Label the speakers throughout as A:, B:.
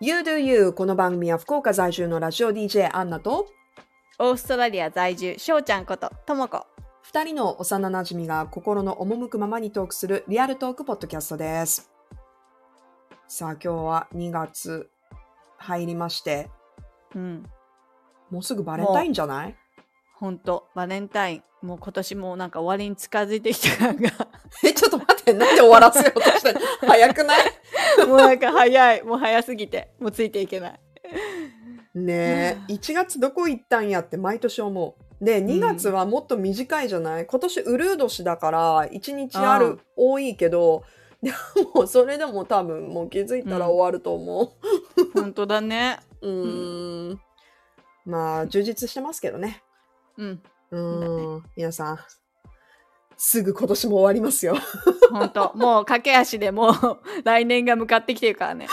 A: You Do You この番組は福岡在住のラジオ DJ アンナと
B: オーストラリア在住しょうちゃんことともこ
A: 2人の幼なじみが心の赴くままにトークするリアルトークポッドキャストです。さあ今日は2月入りまして、
B: うん
A: もうすぐバレンタインじゃない
B: ほんとバレンタインもう今年もなんか終わりに近づいてきた 感が
A: え、ちょっと待って、なんで終わらせようとしてる早くない
B: もうなんか早いもう早すぎてもうついていけない
A: ねえ、1月どこ行ったんやって毎年思う。で、2月はもっと短いじゃない、今年ウルー年だから、1日あ
B: ああ
A: る、多いけど、 でもそれでも多分もう気づいたら終わると思
B: ほんとだね
A: う。うーん。まあ、充実してますけどね。
B: うん
A: うーん。皆さん、すぐ今年も終わりますよ。
B: ほんともう駆け足でもう来年が向かってきてるからね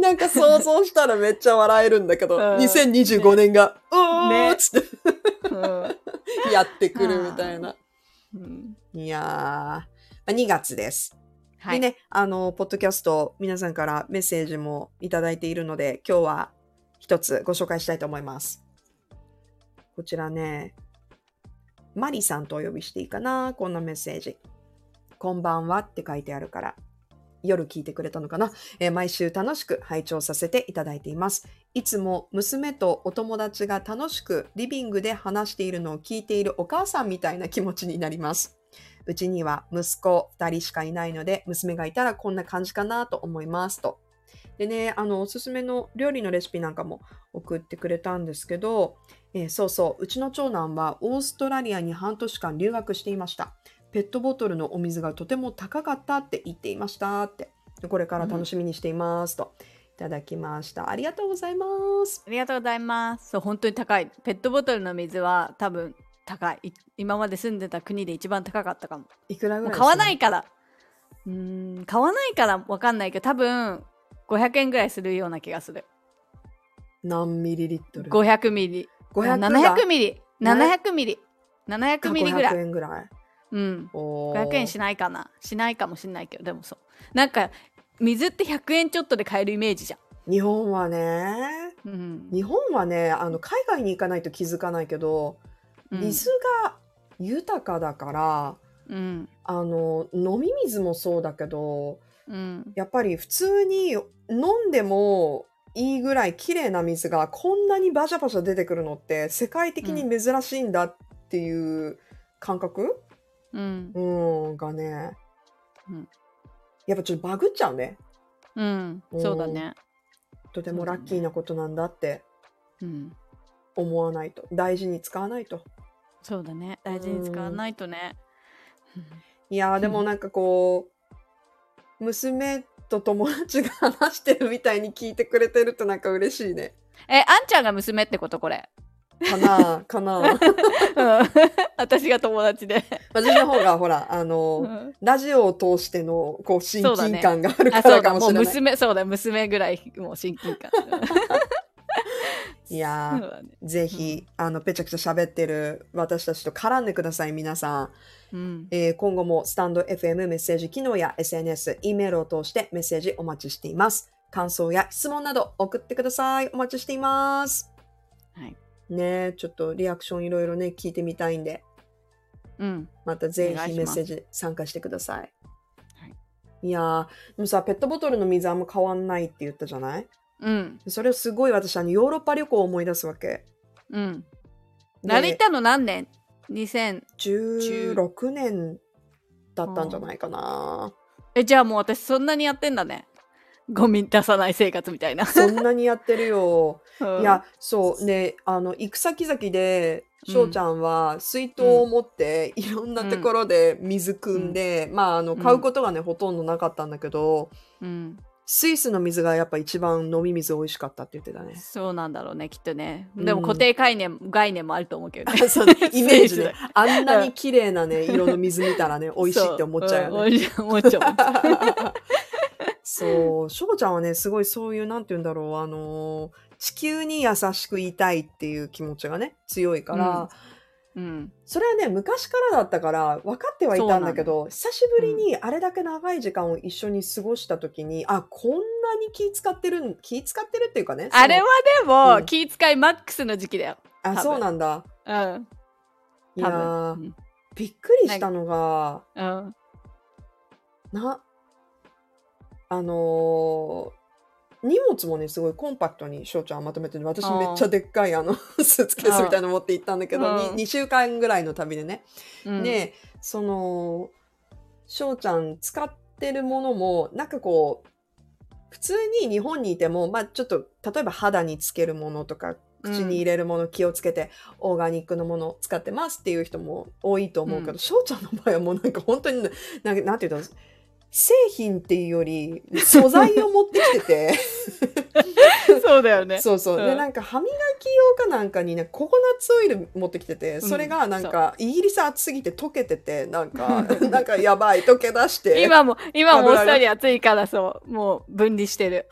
A: なんか想像したらめっちゃ笑えるんだけど、
B: うん
A: 2025年が、うーっつっ
B: うん、
A: てやってくるみたいな。
B: うん、
A: いやーまあ、2月です。
B: はい、
A: でね、あの、ポッドキャスト、皆さんからメッセージもいただいているので、今日は一つご紹介したいと思います。こちらね、マリさんとお呼びしていいかな、こんなメッセージ。こんばんはって書いてあるから、夜聞いてくれたのかな、えー毎週楽しく拝聴させていただいています。いつも娘とお友達が楽しくリビングで話しているのを聞いているお母さんみたいな気持ちになります。うちには息子2人しかいないので、娘がいたらこんな感じかなと思いますと。でね、あの、おすすめの料理のレシピなんかも送ってくれたんですけど、えーそうそう、うちの長男はオーストラリアに半年間留学していました。ペットボトルのお水がとても高かったって言っていましたって。でこれから楽しみにしていますと。いただきました。ありがとうございます。
B: ありがとうございますそう本当に高いペットボトルの水は多分高いい今まで住んでた国で一番高かったかも
A: いくらぐ
B: もう
A: らい
B: 買わな
A: する
B: いからうーん買わないからわかんないけど多分500円ぐらいするような気がする
A: 何ミリリットル
B: 500ミリ
A: 500が
B: 700ミリ
A: ね
B: 700ミリ700ミリぐら
A: 500
B: い
A: 円ぐらい。
B: うん
A: おー
B: 500円しないかなしないかもしんないけどでもそうなんか水って100円ちょっとで買えるイメージじゃ
A: 日本はね、
B: ん、うん
A: 日本はねあの海外に行かないと気づかないけど、
B: うん
A: 水が豊かだから
B: うん
A: あの飲み水もそうだけど
B: うん
A: やっぱり普通に飲んでもいいぐらい綺麗な水がこんなにバシャバシャ出てくるのって世界的に珍しいんだっていう感覚、
B: うん
A: うんがね、
B: うん
A: やっぱちょっとバグっちゃうね
B: うん
A: うん
B: そうだね
A: とてもラッキーなことなんだって
B: うん
A: 思わないと大事に使わないと。
B: そうだね大事に使わないとね
A: いやーでもなんかこう、娘と友達が話してるみたいに聞いてくれてるとなんか嬉しいね。
B: えあんちゃんが娘ってことこれ
A: か なあかなあ
B: うん私が友達で
A: 私の方がほら、あの、
B: うん
A: ラジオを通してのこう親
B: そうだ
A: 近
B: ね
A: 感があるか
B: あそ
A: ら
B: う
A: か
B: だ
A: も
B: もう
A: しれない。
B: 娘そうだ娘ぐらいもう 親近感
A: いや
B: そ
A: ー
B: う、だね
A: ぜひ、あの、ぺちゃくちゃ喋ってる私たちと絡んでください、皆さん。
B: うん
A: えー今後もスタンド FM メッセージ機能や SNS、E メールを通してメッセージお待ちしています。感想や質問など送ってください。お待ちしています。
B: はい。
A: ねえちょっとリアクションいろいろね、聞いてみたいんで、
B: うん
A: またぜ
B: お願い
A: ひ
B: し
A: メッ
B: ます
A: セージ参加してください。、
B: はい
A: やー、でもさ、ペットボトルの水あんま変わんないって言ったじゃない
B: うん
A: それをすごい私、あの、ヨーロッパ旅行を思い出すわけ。
B: うん
A: で
B: 成田の何年 ?2000
A: 16年だったんじゃないかな。
B: えじゃあもう私そんなにやってんだねゴミ出さない生活みたいな、
A: そんなにやってるよ。
B: うん
A: いやそうねあの行く先々で翔ちゃんは水筒を持って、いろんなところで水汲んで、まああの
B: うん
A: 買うことがね、ほとんどなかったんだけど
B: うん
A: スイスの水がやっぱ一番飲み水美味しかったって言ってたね。
B: そうなんだろうねきっとねでも
A: うん
B: 固定概念,、概念もあると思うけどね
A: そうね イメージ
B: スイス
A: ね
B: だ
A: あんなに綺麗なね色の水見た らね美味しいって思っちゃう よね。
B: そううん思っちゃう思っちゃう
A: そう翔ちゃんはねすごいそういうなんて言うんだろうあのー地球に優しくいたいっていう気持ちがね強いから、
B: うん。
A: それはね、昔からだったから分かってはいたんだけど、久しぶりにあれだけ長い時間を一緒に過ごした時に、あ、こんなに気使ってるん、気使ってるっていうかね。 その
B: あれはで
A: う
B: も、
A: ん
B: 気遣いマックスの時期だよ。多
A: あ、
B: 分
A: そうなんだ。
B: うん。
A: いや
B: 多
A: ー
B: 分。
A: びっくりしたのが、
B: うん。
A: な、あのー荷物もね、すごいコンパクトに翔ちゃんはまとめてる私
B: あー
A: めっちゃでっかいあの、スーツケースみたいなの持って行ったんだけど、
B: うん
A: に2週間ぐらいの旅でね。
B: うん。
A: でその翔ちゃん使ってるものもなんかこう普通に日本にいても、まあ、ちょっと例えば肌につけるものとか
B: うん
A: 口に入れるもの気をつけて、オーガニックのものを使ってますっていう人も多いと思うけ
B: う
A: ど翔、ちゃんの場合はもうなんか本当にななんかなんていうの製品っていうより素材を持ってきて て
B: そうだよね。
A: そうそう、
B: う
A: で
B: ん
A: なんか歯磨き用かなんかにねココナッツオイル持ってきててそれがなんか、イギリス暑すぎて溶けててなんか なんかやばい溶け出して
B: 今も、今もオー
A: 油が
B: ストラリア暑いからそう、もう分離してる。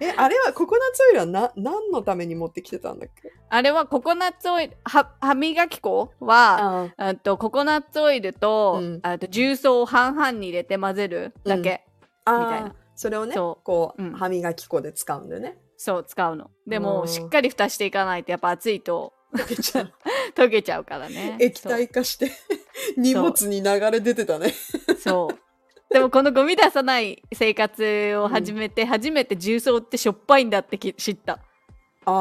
A: えあれはココナッツオイルはな何のために持ってきてたんだっけ
B: あれはココナッツオイル、は歯磨き粉は、
A: あー
B: あとココナッツオイルと、
A: うん
B: あと重曹を半々に入れて混ぜるだけ、
A: あ
B: みたいな
A: それをね
B: そ
A: こう、
B: うん
A: 歯磨き粉で使うんだ よね
B: そう使うので
A: う
B: も
A: ん
B: しっかり蓋していかないとやっぱ熱いと
A: 溶けちゃう
B: 溶けちゃうからね
A: 液体化して荷物に流れ出てたね
B: そうそうでもこのゴミ出さない生活を始めて、初めて重曹ってしょっぱいんだってき知った、
A: あ
B: う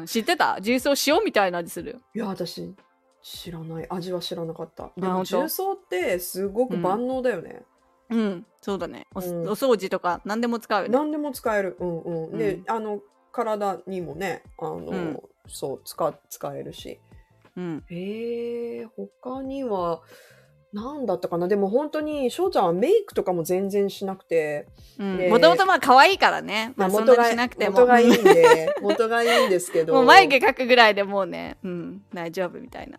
A: ー、
B: ん、知ってた重曹塩みたいな味する
A: いや私知らない味は知らなかったで
B: ほ
A: も
B: んと
A: 重曹ってすごく万能だよね、
B: うんそうだねお,、
A: うん
B: お掃除とか何でも使うよね
A: 何でも使える。うんうん。で、
B: うん
A: あの体にもね、あの、
B: ん
A: そう使使えるし。
B: うん
A: へえ、他には何だったかな。でも本当に翔ちゃんはメイクとかも全然しなくて、で
B: もともとまあ可愛いからね、まあ、そんなにしなくても
A: 元がいいんで、 元がいいんですけど、
B: もう眉毛描くぐらいでもうね、うん、大丈夫みたいな。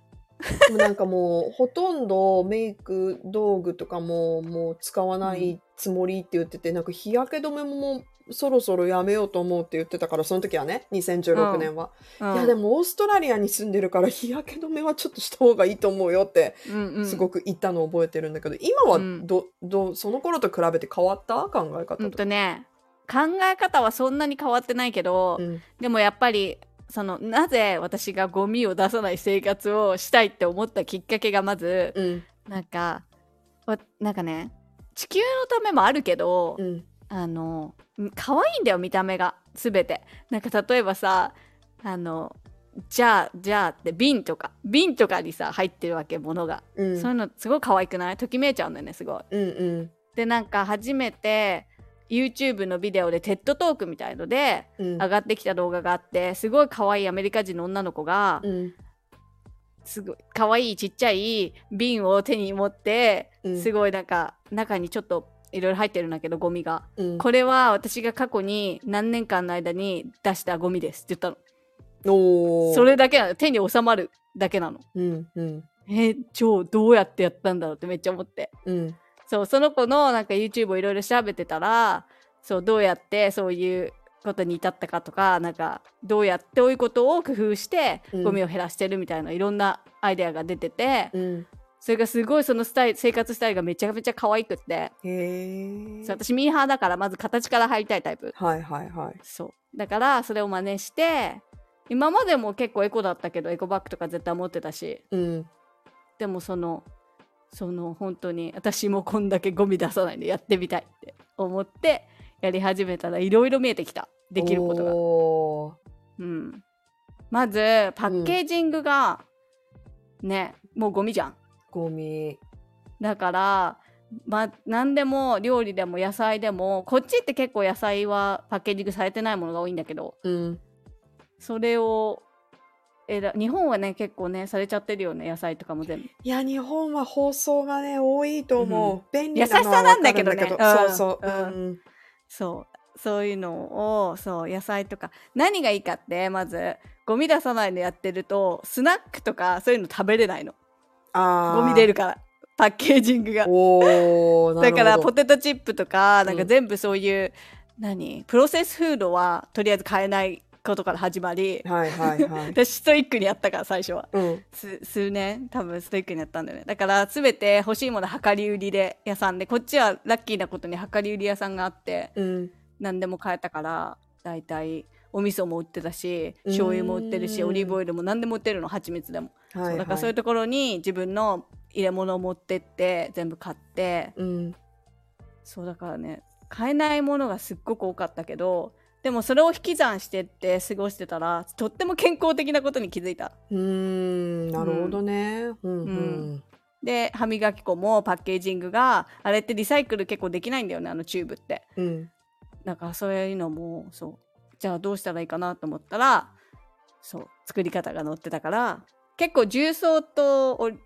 A: もうなんかもうほとんどメイク道具とかももう使わないつもりって言ってて、なんか日焼け止めももうそろそろやめようと思うって言ってたから、その時はね、2016年は。
B: うん、
A: いやでもオーストラリアに住んでるから日焼け止めはちょっとした方がいいと思うよって
B: うんうん、
A: すごく言ったのを覚えてるんだけど、今は
B: うん
A: ど、どうその頃と比べて変わった考え方
B: うん
A: とか。
B: とね考え方はそんなに変わってないけど、
A: うん
B: でもやっぱりそのなぜ私がゴミを出さない生活をしたいって思ったきっかけがまず
A: うん
B: なんかわなんかね地球のためもあるけど、
A: うん
B: あのん可愛いんだよ見た目が全てなんか例えばさあのじゃあじゃあって瓶とか瓶とかにさ入ってるわけものが、
A: うん
B: そういうのすごい可愛くないときめいちゃうんだよねすごい
A: うんうん
B: でなんか初めて YouTube のビデオで TED トークみたいので
A: うん
B: 上がってきた動画があってすごい可愛いアメリカ人の女の子が
A: うん
B: すごい可愛いちっちゃい瓶を手に持って
A: うん
B: すごいなんか中にちょっといろいろ入ってるんだけどゴミが
A: うん
B: これは私が過去に何年間の間に出したゴミですって言った
A: お
B: の
A: ー
B: それだけなの手に収まるだけなの
A: うんうん
B: えー超どうやってやったんだろうってめっちゃ思って
A: うん
B: そう、その子のなんか YouTube をいろいろ調べてたら、そう、どうやってそういうことに至ったかとか、なんか、どうやってこういうことを工夫して、
A: うん
B: ゴミを減らしてるみたいな、いろんなアイデアが出てて、
A: うん
B: それがすごいそのスタイル、生活スタイルがめちゃめちゃ可愛くって、
A: へえ
B: そう私ミーハーだから、まず形から入りたいタイプ。
A: はいはいはい
B: そう。だから、それを真似して、今までも結構エコだったけど、エコバッグとか絶対持ってたし、
A: うん
B: でもそのその本当に私もこんだけゴミ出さないでやってみたいって思ってやり始めたらいろいろ見えてきたできることが、
A: おー
B: うん、まずパッケージングが、ねもうゴミじゃん
A: ゴミ
B: だから、ま、何でも料理でも野菜でもこっちって結構野菜はパッケージングされてないものが多いんだけど
A: うん
B: それを選日本はね結構ねされちゃってるよね野菜とかも全部
A: いや日本は放送がね多いと思う、
B: う
A: 便利なのはわかるんだけ
B: 優
A: ど
B: しさなんだけどねうん
A: そうそう、
B: うん
A: うん
B: そうそういうのをそう野菜とか何がいいかってまずゴミ出さないのやってるとスナックとかそういうの食べれないの
A: あー
B: ゴミ出るからパッケージングが
A: おー
B: だからポ
A: ポ
B: テトチップとか
A: ん
B: なんか全部そういう、何プロセスフードはとりあえず買えないことから始まり
A: はいはい はい。
B: 私ストイックにやったから最初は
A: うん。
B: す数年多分ストイックにやったんだよねだから全て欲しいもの量り売りで屋さんでこっちはラッキーなことに量り売り屋さんがあって
A: うん。
B: 何でも買えたから大体お味噌も売ってたし醤油も売ってるし
A: うん
B: オリーブオイルも何でも売ってるの蜂蜜でも、
A: は
B: そ
A: い、は
B: うだ
A: い。
B: からそういうところに自分の入れ物を持ってって全部買って
A: うん。
B: そうだからね買えないものがすっごく多かったけどでもそれを引き算してって過ごしてたらとっても健康的なことに気づいた
A: うーん。なるほどね。うん。うん。
B: で歯磨き粉もパッケージングがあれってリサイクル結構できないんだよねあのチューブって
A: うん。
B: だからそういうのもそうじゃあどうしたらいいかなと思ったらそう作り方が載ってたから結構重曹とオリ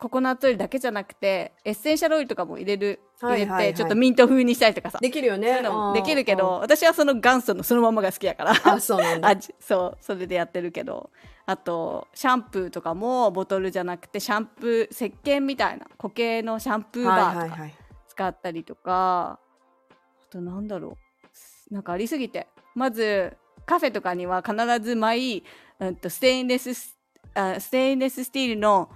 B: ココナッツオイルだけじゃなくてエッセンシャルオイルとかも入れる
A: は
B: 入
A: い
B: れて、
A: はいはい
B: ちょっとミント風にしたりとかさ
A: できるよ
B: そうい
A: ね
B: う。のも
A: あー
B: できるけど。私はその元祖のそのままが好きやか ら
A: あーあ、そうなんだ。
B: あじそうそれでやってるけどあとシャンプーとかもボトルじゃなくてシャンプー石鹸みたいな固形のシャンプーバ
A: は
B: ー
A: いは
B: と
A: い
B: か
A: はい。
B: 使ったりとか、あとなんだろうなんかありすぎてまずカフェとかには必ずマイ、うん、とステインレススあステインレススティールの、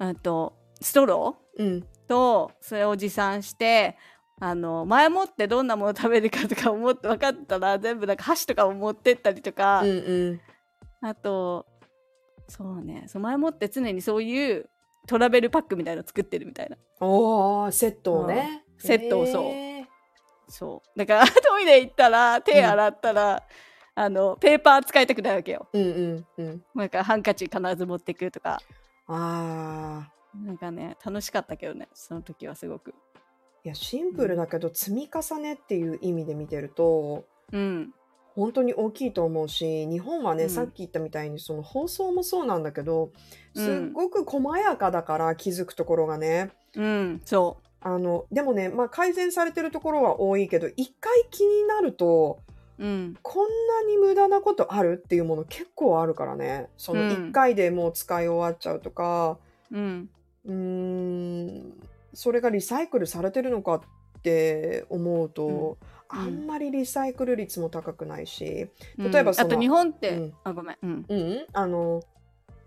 B: うん、とストロー
A: うん。
B: とそれを持参してあの前もってどんなもの食べるかとか思って分かったら全部なんか箸とかを持ってったりとか、
A: うんうん。
B: あとそうねそう前もって常にそういうトラベルパックみたいなの作ってるみたいな
A: おお、セットをね。
B: うんセットをそう
A: へー
B: そうだから トイレ行ったら手洗ったら、あのペーパー使いたくないわけよ
A: うんうんうん。
B: なんかハンカチ必ず持ってくとか
A: ああ。
B: なんかね楽しかったけどねその時はすごく
A: いや、シンプルだけど、積み重ねっていう意味で見てると、
B: うん
A: 本当に大きいと思うし日本はね、
B: うん
A: さっき言ったみたいにその放送もそうなんだけど
B: うん
A: すっごく細やかだから気づくところがね、
B: うんそ
A: あのでもね、まあ、改善されてるところは多いけど一回気になると
B: ううん
A: こんなに無駄なことあるっていうもの結構あるからねその
B: うん
A: 一回でもう使い終わっちゃうとか
B: うん
A: うーんそれがリサイクルされてるのかって思うと、
B: うん
A: あんまりリサイクル率も高くないし。例えば
B: うん
A: そ
B: あ
A: の
B: と日本って、
A: うん
B: あごめんうん
A: ううん、あの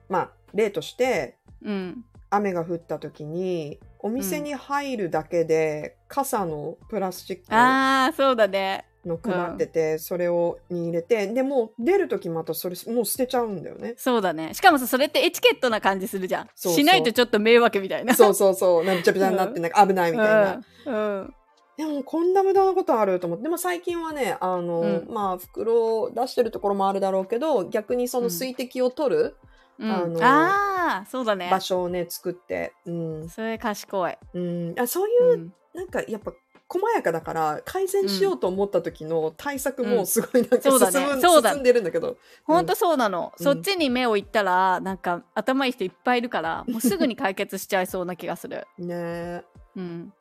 A: まあ例として
B: うん
A: 雨が降った時にお店
B: うん
A: に入るだけで、傘のプラスチッ
B: あーそうだね。
A: クの配ってて、それをに入れてでもう出る時またそれもう捨てちゃうんだよね
B: そうだねしかもさそれってエチケットな感じするじゃん
A: そうそう
B: しないとちょっと迷惑みたいな
A: そうそうそうなんかびちゃびちゃになってなんか危ないみたいな、
B: うんうん
A: でもこんな無駄なことあると思ってでも最近はねあの、
B: うん
A: まあ袋を出してるところもあるだろうけど逆にその水滴を取る
B: うん
A: あの
B: ああそうだね
A: 場所をね作って、うん
B: それ賢い、
A: うん、あそういう
B: うん、
A: なんかやっぱ細やかだから改善しようと思った時の対策もすごいなんか進
B: そ
A: む、
B: うだねそうだね
A: 進んでるんだけど
B: ほんとそうなの、
A: うん
B: そっちに目をいったらなんか頭いい人いっぱいい るからもうすぐに解決しちゃいそうな気がする
A: ねえ
B: うん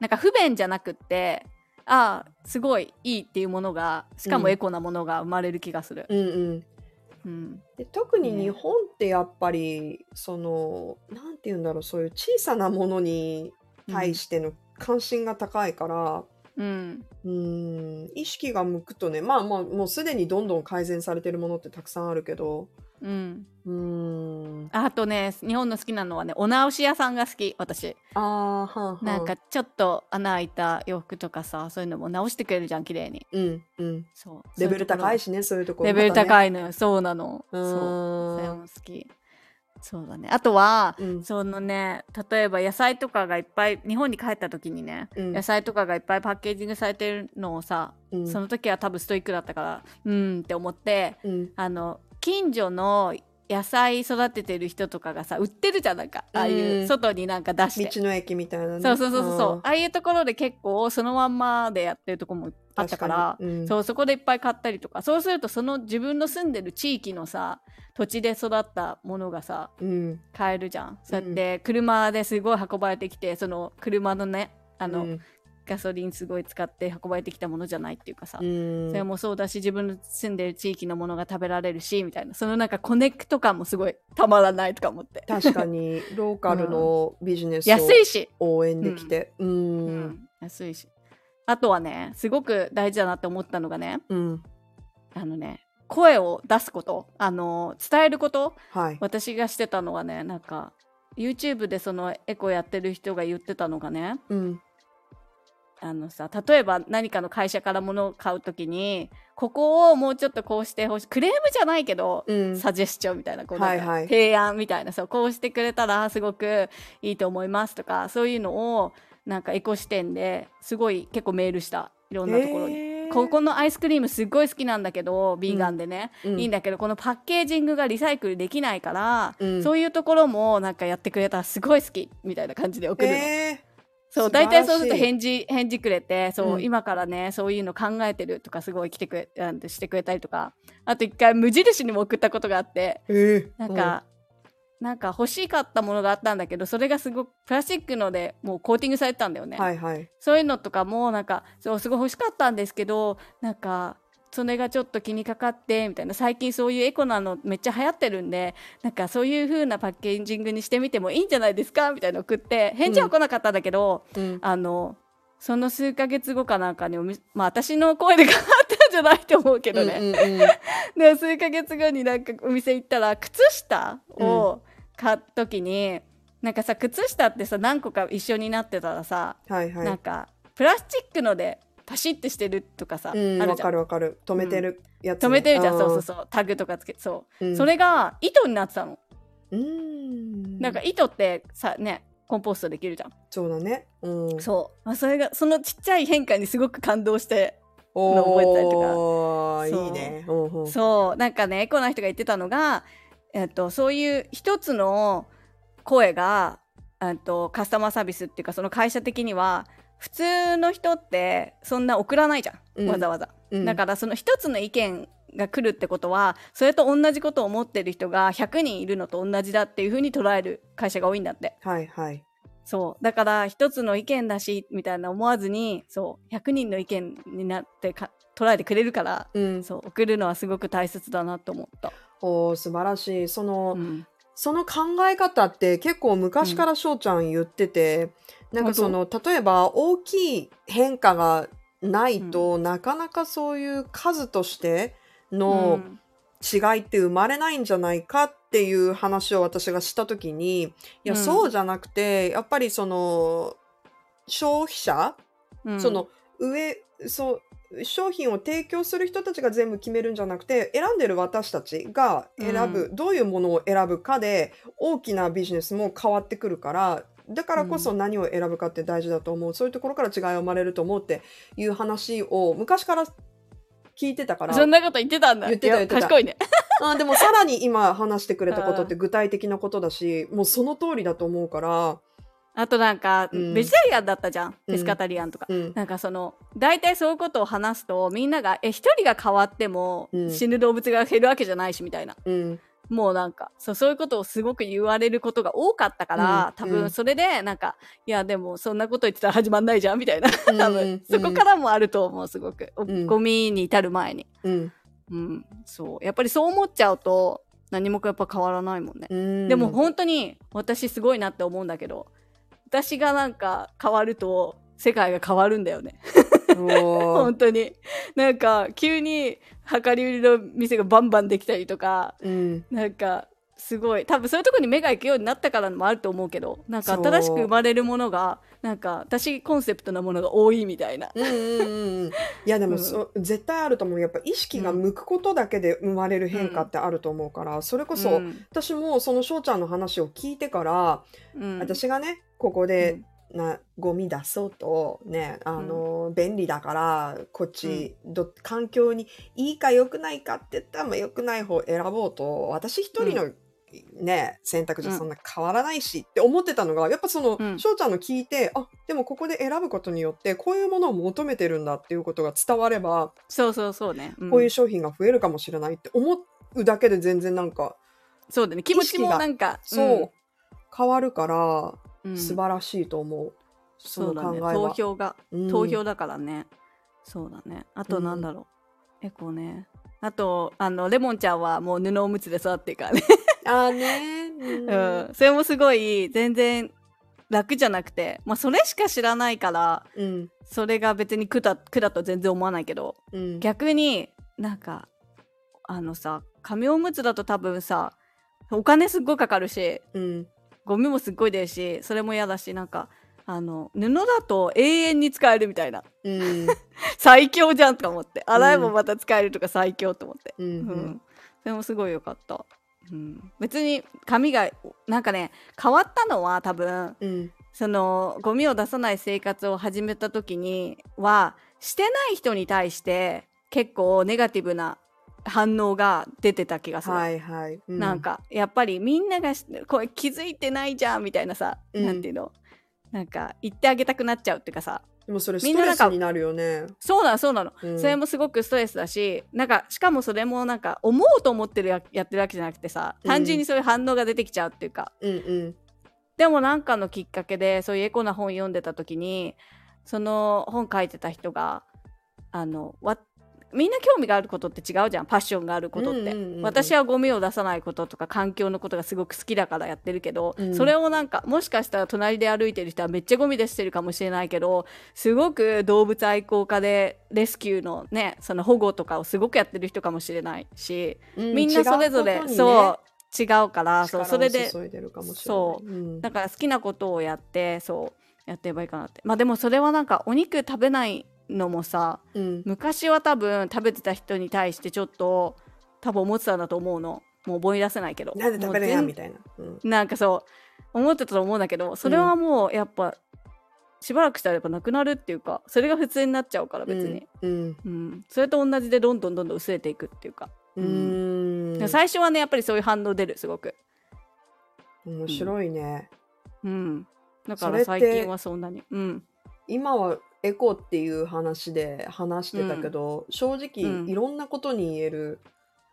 B: なんか不便じゃなくってああすごいいいっていうものがしかもエコなものが生まれる気がする、
A: うんうん
B: うん
A: で特に
B: ね
A: 日本ってやっぱり、そのなんて言うんだろうそういう小さなものに対しての関心が高いから、
B: うん
A: うん、意識が向くとねまあまあもうすでにどんどん改善されてるものってたくさんあるけど
B: うん
A: うん
B: あとね日本の好きなのはねお直し屋さんが好き私
A: あーはんはん
B: なんかちょっと穴開いた洋服とかさそういうのも直してくれるじゃん綺麗に
A: うんうん
B: そう
A: レベル高い
B: し、
A: しねそういうところ
B: レベル
A: い、
B: 高いのよ、そうなの
A: う
B: そうんそれも好きそうだねあとは
A: うん
B: そのね例えば野菜とかがいっぱい日本に帰った時にね
A: うん
B: 野菜とかがいっぱいパッケージングされてるのをさ、
A: うん
B: その時は多分ストイックだったからうんって思って
A: うん
B: あの近所の野菜育ててる人とかがさ売ってるじゃんなんかああいううん外になんか出して
A: 道の駅みたいなね
B: そうそうそうそうそう
A: あ
B: ああいうところで結構そのまんまでやってるとこもあ
A: ー
B: ったから
A: 確にうん
B: そうそこでいっぱい買ったりとかそうするとその自分の住んでる地域のさ土地で育ったものがさ
A: うん
B: 買えるじゃんそうやって車ですごい運ばれてきてその車のねあの、
A: うん
B: ガソリンすごい使って運ばれてきたものじゃないっていうかさ、
A: うん
B: それもそうだし自分の住んでる地域のものが食べられるしみたいなそのなんかコネクト感もすごいたまらないとか思って
A: 確か にローカルのビジネスを
B: 安いし
A: 応援できてう
B: うんん、安いしあとはねすごく大事だなって思ったのがね
A: うん
B: あのね声を出すこと、あの伝えること
A: はい。
B: 私がしてたのはねなんか YouTube でそのエコやってる人が言ってたのがね
A: うん。
B: あのさ例えば何かの会社から物を買うときにここをもうちょっとこうしてほしいクレームじゃないけど、
A: うん。
B: サジェスチョンみたいなこうなんか
A: はいはい
B: 提案みたいなそうこうしてくれたらすごくいいと思いますとかそういうのをなんかエコ視点ですごい結構メールしたいろんなところに。
A: へー
B: ここのアイスクリームすっごい好きなんだけどビーガンでね、
A: うん
B: いいんだけどこのパッケージングがリサイクルできないから、
A: うん
B: そういうところもなんかやってくれたらすごい好きみたいな感じで送るの。
A: え
B: そう
A: 素晴ら
B: 大
A: しい
B: 体そうすると返事返事くれてそう、
A: うん
B: 今からねそういうの考えてるとかすごい来てくれあのしてくれたりとかあと一回無印にも送ったことがあって
A: ーえー
B: なんか、なんか欲しかったものがあったんだけどそれがすごくプラスチックのでもうコーティングされてたんだよね、
A: うんはいはい。
B: そういうのとかもなんかそうすごい欲しかったんですけどなんかそれがちょっと気にかかってみたいな最近そういうエコなのめっちゃ流行ってるんでなんかそういう風なパッケージングにしてみてもいいんじゃないですかみたいなの送って返事は来なかったんだけど、
A: うん。
B: あのその数ヶ月後かなんかにおみまあ私の声で変わったんじゃないと思うけどね、
A: うんうんうん
B: で数ヶ月後になんかお店行ったら靴下を買った時に、なんかさ靴下ってさ何個か一緒になってたらさ、
A: はいは
B: なん
A: い。
B: かプラスチックのでパシッてしてるとかさ、
A: うん、
B: ある
A: わ
B: じゃ
A: か
B: ん
A: るわかる。止めてるやつね。
B: 止めてるじゃんそうそう
A: そ
B: そうタグとかつけてそうう、
A: ん
B: そ、れが糸になってたの、
A: うん。
B: なんか、糸ってさねコンポストできるじゃん、
A: そうだね。うん。
B: そう、まあ、それがそのちっちゃい変化にすごく感動しての覚えたりとか
A: お
B: そう
A: ー、いいね。うんうん
B: そうなんかねエコな人が言ってたのが、えっと、そういう一つの声が、えっと、カスタマーサービスっていうかその会社的には普通の人ってそんな送らないじゃん、
A: うん
B: わざわざ。
A: うん
B: だからその一つの意見が来るってことはそれと同じことを思ってる人が100人いるのと同じだっていう風に捉える会社が多いんだって
A: はいはい。
B: そうだから一つの意見だしみたいな思わずにそう100人の意見になってか捉えてくれるから
A: うん。
B: そう送るのはすごく大切だなと思った。
A: おー素晴らしい。その、
B: うん
A: その考え方って結構昔から翔ちゃん言ってて、なんかその例えば大きい変化がないと、なかなかそういう数としての
B: うん
A: 違いって生まれないんじゃないかっていう話を私がした時にいや、
B: うん
A: そうじゃなくてやっぱりその消費者、
B: うん
A: その上そう商品を提供する人たちが全部決めるんじゃなくて選んでる私たちが選ぶ、どういうものを選ぶかで大きなビジネスも変わってくるからだからこそ何を選ぶかって大事だと思う、そういうところから違いが生まれると思うっていう話を昔から聞いてたから
B: そんなこと言ってたんだ。
A: 言ってた
B: いや
A: 言ってた
B: 賢いね。
A: あでもさらに今話してくれたことって具体的なことだしもうその通りだと思うから、
B: あとなんか、
A: うん
B: ベジタリアンだったじゃん。ペスカタリアンとか。
A: うん、
B: なんかその大体そういうことを話すとみんながえ一人が変わっても
A: うん
B: 死ぬ動物が減るわけじゃないしみたいな、
A: うん、
B: もうなんかそうそういうことをすごく言われることが多かったから、
A: うん
B: 多
A: うん
B: 分それでなんか、いやでもそんなこと言ってたら始まんないじゃんみたいな多分、
A: うん
B: そこか、らもあると思うすごく、お
A: うん
B: ゴミに至る前に、
A: うん
B: うん、そうやっぱりそう思っちゃうと何もやっぱ変わらないもんね
A: うん、
B: でも本当に私すごいなって思うんだけど私がなんか変わると世界が変わるんだよね
A: おー
B: 本当になんか急に量り売りの店がバンバンできたりとか
A: うん
B: なんかすごい多分そういうとこに目が行くようになったからもあると思うけどなんか
A: そう
B: 新しく生まれるものがなんか私コンセプトなものが多いみたいな
A: うんうんうんうん、いやでもそ、絶対あると思うやっぱ意識が向くことだけで生まれる変化ってあると思うから、それこそ、
B: ん
A: 私もその翔ちゃんの話を聞いてから、
B: うん
A: 私がねここ
B: うん
A: で、なゴミ出そうとねあの、便利だからこっち、ど環境にいいか良くないかって言ったらまあ良くない方を選ぼうと私一人の、ね選択じゃそんな変わらないし、って思ってたのがやっぱその
B: うん
A: 翔、ちゃんの聞いてあでもここで選ぶことによってこういうものを求めてるんだっていうことが伝われば、
B: そうそうそうね、うん
A: こういう商品が増えるかもしれないって思うだけで全然なんか
B: そうだね気持ちもなんか
A: そう、変わるから
B: うんうん
A: 素晴らしいと思う、そ
B: そう
A: の
B: だ
A: 考え
B: ね
A: は。
B: 投票が
A: うん
B: 投票だからね、そうだねあとなんだろう、エコねあとあのレモンちゃんはもう布おむつで育ってるからね、
A: あーねー。
B: う
A: うん
B: ん、それもすごい全然楽じゃなくて、まあ、それしか知らないから
A: うん。
B: それが別に苦だ苦だと全然思わないけど
A: うん。
B: 逆になんかあのさ紙おむつだと多分さお金すっごいかかるし
A: うん。
B: ゴミもすっごい出るしそれも嫌だしなんかあの布だと永遠に使えるみたいな
A: うん。
B: 最強じゃんとか思って洗えばまた使えるとか最強と思って、
A: う
B: うん
A: ん。
B: それもすごい良かった、うん、別に紙がなんかね変わったのは多分
A: うん。
B: そのゴミを出さない生活を始めた時にはしてない人に対して結構ネガティブな反応が出てた気がする、
A: はいはい。う
B: なん。かやっぱりみんながしこれ気づいてないじゃんみたいなさ、
A: うん
B: なんていうのなんか言ってあげたくなっちゃうっていうかさ
A: でもそれス
B: みん
A: ト
B: な
A: レ
B: なん
A: ス
B: か
A: になるよね。
B: そうなのそうなの、
A: うん
B: それもすごくストレスだしなんかしかもそれもなんか思うと思ってるややってるわけじゃなくてさ単純にそういう反応が出てきちゃうっていうか、
A: うんうん。
B: でもなんかのきっかけでそういうエコな本読んでた時にその本書いてた人があのわみんな興味があることって違うじゃんパッションがあることって、
A: うんうんうんうん
B: 私はゴミを出さないこととか環境のことがすごく好きだからやってるけど、
A: うん
B: それをなんかもしかしたら隣で歩いてる人はめっちゃゴミ出してるかもしれないけどすごく動物愛好家でレスキューのねその保護とかをすごくやってる人かもしれないし、
A: う
B: みんなそれぞれそう違うからそうそれで
A: それでそ、
B: そう
A: うん
B: だから好きなことをやってそうやってればいいかなってまあでもそれはなんかお肉食べないのもさ
A: うん
B: 昔は多分食べてた人に対してちょっと多分思ってたんだと思うのもう思い出せないけど
A: なんで食べれんや
B: もう全
A: みたいな、うん
B: なんかそう思ってたと思うんだけどそれはもうやっぱ、しばらくしたらやっぱなくなるっていうかそれが普通になっちゃうから別に、
A: うん
B: うんそれと同じでどんどんどんどん薄れていくっていうか、
A: う
B: うん
A: ん、うん、
B: 最初はねやっぱりそういう反応出るすごく
A: 面白いね、
B: うんだか
A: それっ
B: ら
A: て
B: 最近はそんなにうん
A: 今はエコっていう話で話してたけど、正直、
B: うん
A: いろんなことに言える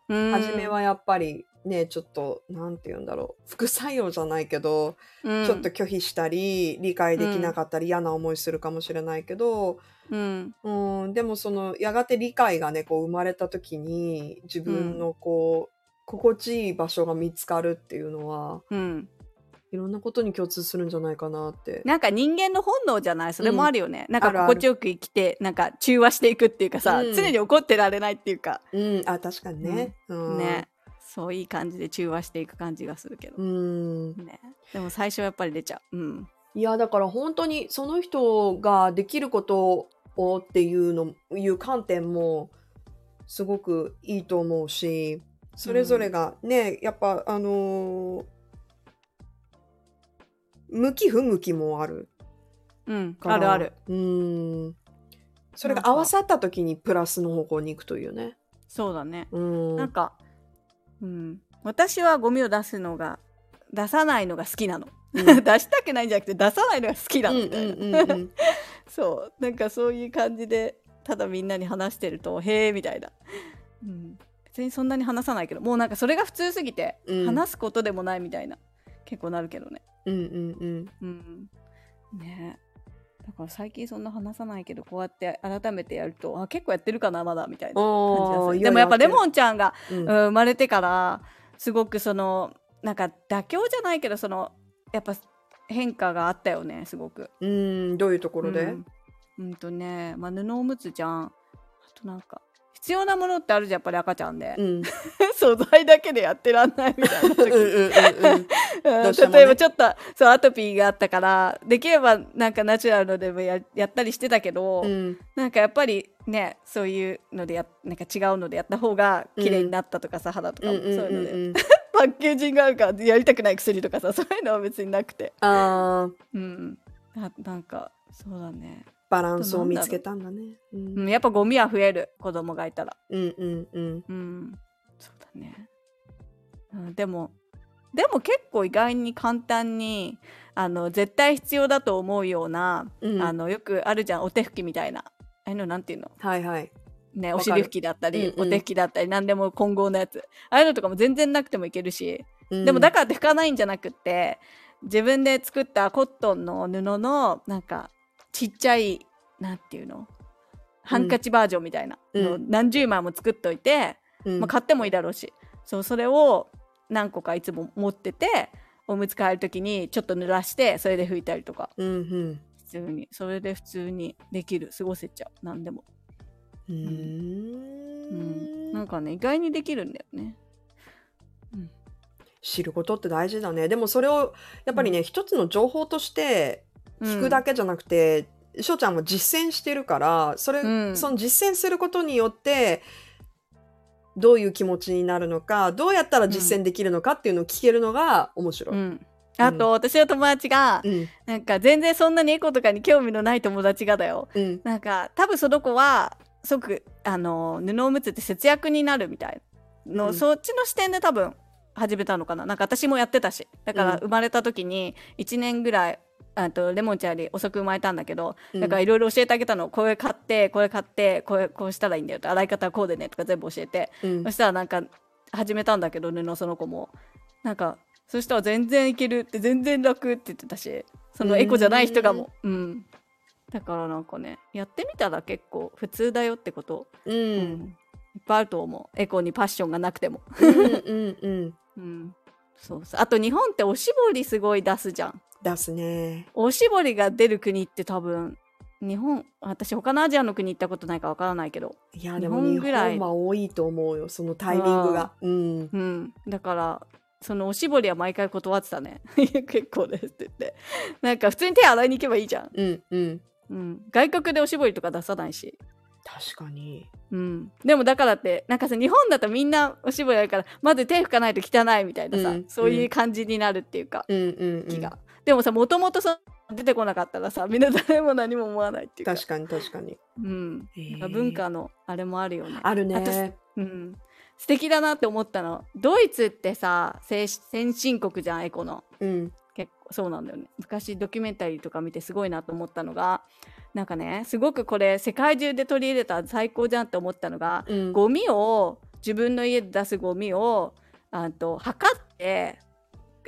A: 初
B: 初
A: め、はやっぱりねちょっとなんて言うんだろう副作用じゃないけど、
B: うん
A: ちょっと、拒否したり理解できなかったり、嫌な思いするかもしれないけど、
B: うん
A: うん、でもそのやがて理解がねこう生まれた時に自分のこう、心地いい場所が見つかるっていうのは
B: うん、
A: いろんなことに共通するんじゃないかなって。
B: なんか人間の本能じゃないそれもあるよね、なん
A: あ
B: か
A: るある
B: 心地よく生きてなんか中和していくっていうかさ、
A: うん
B: 常に怒ってられないっていうか、
A: うん、あ確かにね。うん
B: ねそういい感じで中和していく感じがするけど、
A: うん、
B: ね、でも最初はやっぱり出ちゃう、うん、
A: いやだから本当にその人ができることをっていうのいう観点もすごくいいと思うしそれぞれがね、やっぱあのー向き不向きもある
B: うん、
A: から
B: あるある
A: うんそれ
B: なん
A: が
B: か
A: 合わさった時にプラスの方向に行くというね
B: そうだね、
A: うん
B: なんか、うん、私はゴミを出すのが出さないのが好き なの
A: うん
B: 出したくないんじゃなくて出さないのが好きだ
A: うん
B: みたいな、
A: うんうんうん
B: そうなんかそういう感じでただみんなに話してると「へえ」みたいな、うん、別にそんなに話さないけどもうなんかそれが普通すぎて、
A: うん
B: 話すことでもないみたいな結構なるけどね
A: うんうんうん
B: うんねえだから最近そんな話さないけどこうやって改めてやるとあ結構やってるかなまだみたいな感じが
A: あ
B: す
A: ー
B: る
A: い
B: でもやっぱレモ
A: ン、
B: ンちゃんが、
A: うん
B: うん生まれてからすごくそのなんか妥協じゃないけどそのやっぱ変化があったよねすごく。
A: うんどういうところで、
B: うん、うんとね、まあ、布おむつじゃんあとなんか必要なものってあるじゃんやっぱり赤ちゃん で、
A: うん、
B: 素材だけでやってらんないみたいな
A: うんうん
B: 時
A: うんうん
B: うん
A: どうしてもね
B: 例えばちょっとそうアトピーがあったからできればなんかナチュラルのでもややったりしてたけど、
A: うん
B: なんかやっぱりねそういうのでやなんか違うのでやった方が綺麗になったとかさ、肌とかもそういうので、
A: んんんん
B: パッケージングあるからやりたくない薬とかさそう いうのは別になくて、
A: あー
B: うん、ななんかそうだね
A: バランスを見つけたんだね。うん
B: うん、やっぱゴミは増える子供がいたら
A: うんうんうん
B: うんそうだね、うん、でもでも結構意外に簡単にあの絶対必要だと思うような、
A: うん
B: あのよくあるじゃんお手拭きみたいなああいうのなんていうの
A: はいはい。
B: ね
A: わ
B: お
A: かる
B: 尻拭きだったり、
A: うんうん
B: お手拭きだったり何でも混合のやつああいうのとかも全然なくてもいけるし、
A: うん
B: でもだからって拭かないんじゃなくって自分で作ったコットンの布のなんかちっちゃいなんていうのハンカチバージョンみたいなのを
A: うん
B: 何十枚も作っといて、
A: うん
B: まあ、買ってもいいだろうしそうそれを何個かいつも持ってておむつ替える時にちょっと濡らしてそれで拭いたりとか
A: うんうん
B: 普通にそれで普通にできる過ごせちゃう何でも
A: うー
B: うんなんかね意外にできるんだよね
A: 知ることって大事だね。でもそれをやっぱりね、一つの情報として聞くだ
B: け、
A: けじゃなくて、翔ちゃんも実践してるからそれ、
B: うん
A: その実践することによってどういう気持ちになるのかどうやったら実践できるのかっていうのを聞けるのが面白
B: う
A: い。
B: ん、あと、私の友達が
A: うん
B: なんか全然そんなにエコとかに興味のない友達がだよ
A: うん
B: なんか多分その子は即あの布おむつって節約になるみたいの、
A: うん
B: そっちの視点で多分始めたのかななんか私もやってたしだか
A: うん
B: ら生まれた時に1年ぐらいあとレモンちゃんより遅く生まれたんだけど、
A: うん
B: だからいろいろ教えてあげたのこれ買ってこれ買ってこれこうしたらいいんだよと洗い方はこうでねとか全部教えて、
A: うん
B: そしたらなんか始めたんだけど布その子もなんかそしたら全然いけるって全然楽って言ってたしそのエコじゃない人がもうん、だからなんかねやってみたら結構普通だよってこと、
A: う
B: うんいっぱいあると思うエコにパッションがなくても、
A: うんうん
B: うん、そうそうあと日本っておしぼりすごい出すじゃん
A: 出すね。
B: おしぼりが出る国って多分日本私他のアジアの国行ったことないからわからないけど、
A: いや
B: 日
A: でも
B: 本
A: 日
B: ぐらい
A: 本は多いと思うよそのタイミングが。うん
B: うん、だからそのおしぼりは毎回断ってたね いや結構ですって言ってなんか普通に手洗いに行けばいいじゃん、
A: うんうん
B: うん、外国でおしぼりとか出さないし、
A: 確かに。
B: うん、でもだからってなんかさ日本だとみんなおしぼりあるからまず手拭かないと汚いみたいなさ、
A: うん
B: そういう感じになるっていうか、
A: うんうんう
B: 気
A: ん、
B: がでもさもともとさ出てこなかったらさみんな誰も何も思わないっていうか
A: 確かに確かに。
B: うん、
A: へー
B: なんか文化のあれもあるよね。
A: ある
B: あと
A: ね。
B: うん、素敵だなって思ったのドイツってさ先先進国じゃんエコの
A: うん
B: 結構そうなんだよね昔ドキュメンタリーとか見てすごいなと思ったのがなんかねすごくこれ世界中で取り入れたら最高じゃんって思ったのが
A: うん
B: ゴミを自分の家で出すゴミをあと測って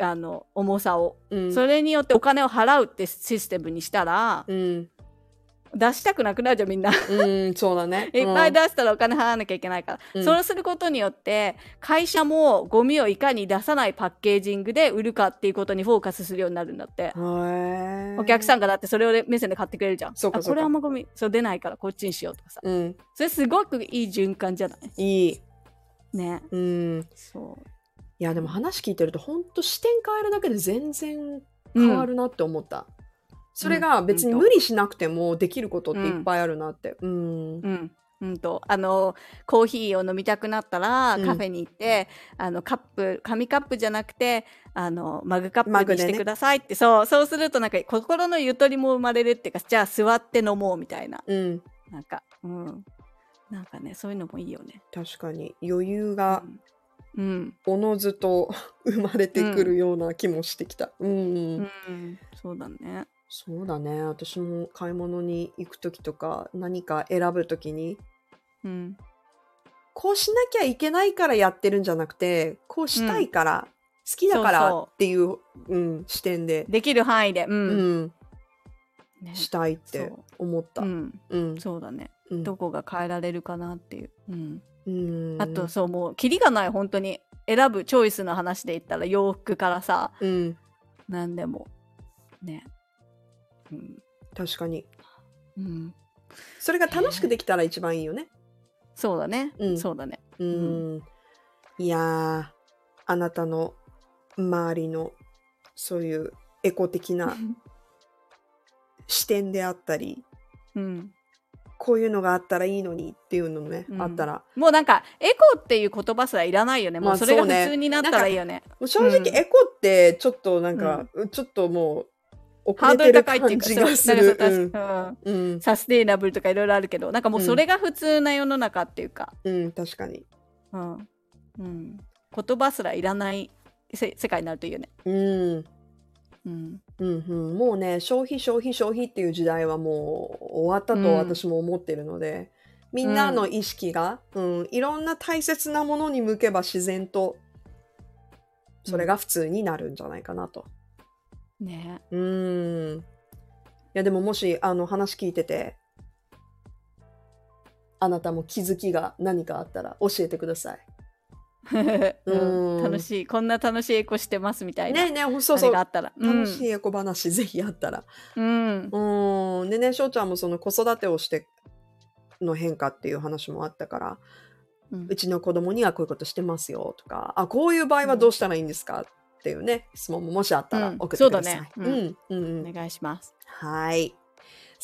B: あの重さを、
A: うん
B: それによってお金を払うってシステムにしたら、
A: うん
B: 出したくなくなるじゃんみんな
A: うんそうだね。
B: いっぱい出したらお金払わなきゃいけないから、
A: うん
B: そうすることによって会社もゴミをいかに出さないパッケージングで売るかっていうことにフォーカスするようになるんだって、お客さ
A: ん。
B: んがだってそれを目線で買ってくれるじゃん
A: そうか
B: あ
A: そうか
B: これあんまゴミそう出ないからこっちにしようとかさ
A: うん、
B: それすごくいい循環じゃない
A: いい。
B: ね
A: うん。い
B: そ
A: や、でも話聞いてると、本当視点変えるだけで全然
B: う、
A: 変わ
B: る
A: るなって思った。それが別に無理しなくてもできることっていっぱいあるなって。うん。うん
B: うんうんとあのコーヒーを飲みたくなったら
A: うん
B: カフェに行って、あのカップ紙カップじゃなくてあのマグカ
A: マ
B: ップ
A: グ
B: に
A: で
B: し
A: ね
B: てくださいって、そうそうするとなんか心のゆとりも生まれるっていうかじゃあ座って飲もうみたいななんかうんなんかねそういうのもいいよね。
A: 確かに余裕が
B: うん、
A: おのずと 生まれてくるような気もしてきた。うん、
B: う
A: うんん
B: そうだね。
A: そうだね。私も買い物に行く時とか、何か選ぶ時に、
B: うん、
A: こうしなきゃいけないからやってるんじゃなくてこうしたいから、好きだか
B: そう
A: ら
B: そう
A: っていううん、視点で、
B: できる範囲で、う
A: うんん
B: ね
A: したいって
B: そう
A: 思った。
B: う
A: うん
B: ん、
A: うん
B: そうだね
A: うん
B: どこが変えられるかなっていう。うんあと
A: う
B: そうもうキリがない本当に選ぶチョイスの話で言ったら洋服からさ
A: ん、
B: 何でもねうん、
A: 確かに
B: うん、
A: それが楽しくできたら一番いいよね。
B: そうだね、
A: うん
B: そうだね
A: うんいやーあなたの周りのそういうエコ的な視点であったり
B: うん
A: こういうのがあったらいいのにっていうのもね、
B: うん
A: あったら
B: もうなんかエコっていう言葉すらいらないよねも
A: ま
B: う
A: あ
B: それが
A: そうね
B: 普通になったらいいよね、
A: もう正直、
B: うん
A: エコってちょっとなんか、ちょっともう遅
B: ハ
A: れ
B: ードル
A: てる
B: 高いってい
A: 感
B: うか
A: じ
B: そう
A: がする。
B: なんかそう確かうん
A: うん、うん
B: サステイナブルとかいろいろあるけどなんかもうそれが普通な世の中っていうか、
A: うん、確かに。
B: うんうん、言葉すらいらないせ世界になるといいよね、
A: うん、
B: うん、
A: うん、うん、もうね、消費、消費、消費っていう時代はもう終わった
B: うん
A: と私も思ってるので。みんなの意識が、うん、いろんな大切なものに向けば自然と。それが普通になるんじゃないかなと。
B: ね
A: うん。いや、でも、もし、あの話聞いてて。あなたも気づきが何かあったら教えてください。
B: う、
A: うんん
B: 楽しいこんな楽しいエコしてますみたいな、
A: ねえねえほんそうそ
B: あ
A: う
B: れがあったら、うん
A: 楽しいエコ話、ぜひやったら
B: うん
A: うーんでね翔ちゃんもその子育てをしての変化っていう話もあったから
B: うん
A: うちの子供にはこういうことしてますよとか、あ、こういう場合はどうしたらいいんですかっていうね、質問ももしあったら
B: うん
A: 送って
B: そう
A: く
B: だ
A: だ
B: ね
A: さい。うん、うん、うん。
B: お願いします。
A: はい。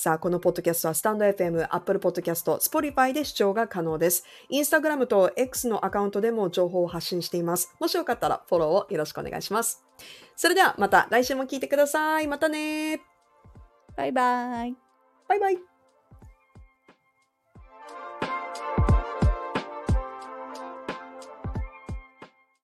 A: さあ、このポッドキャストはスタンド FM、Apple Podcast、Spotify で視聴が可能です。インスタグラムと X のアカウントでも情報を発信しています。もしよかったらフォローをよろしくお願いします。それではまた来週も聞いてください。またね。
B: バイバイ。
A: バイバイ。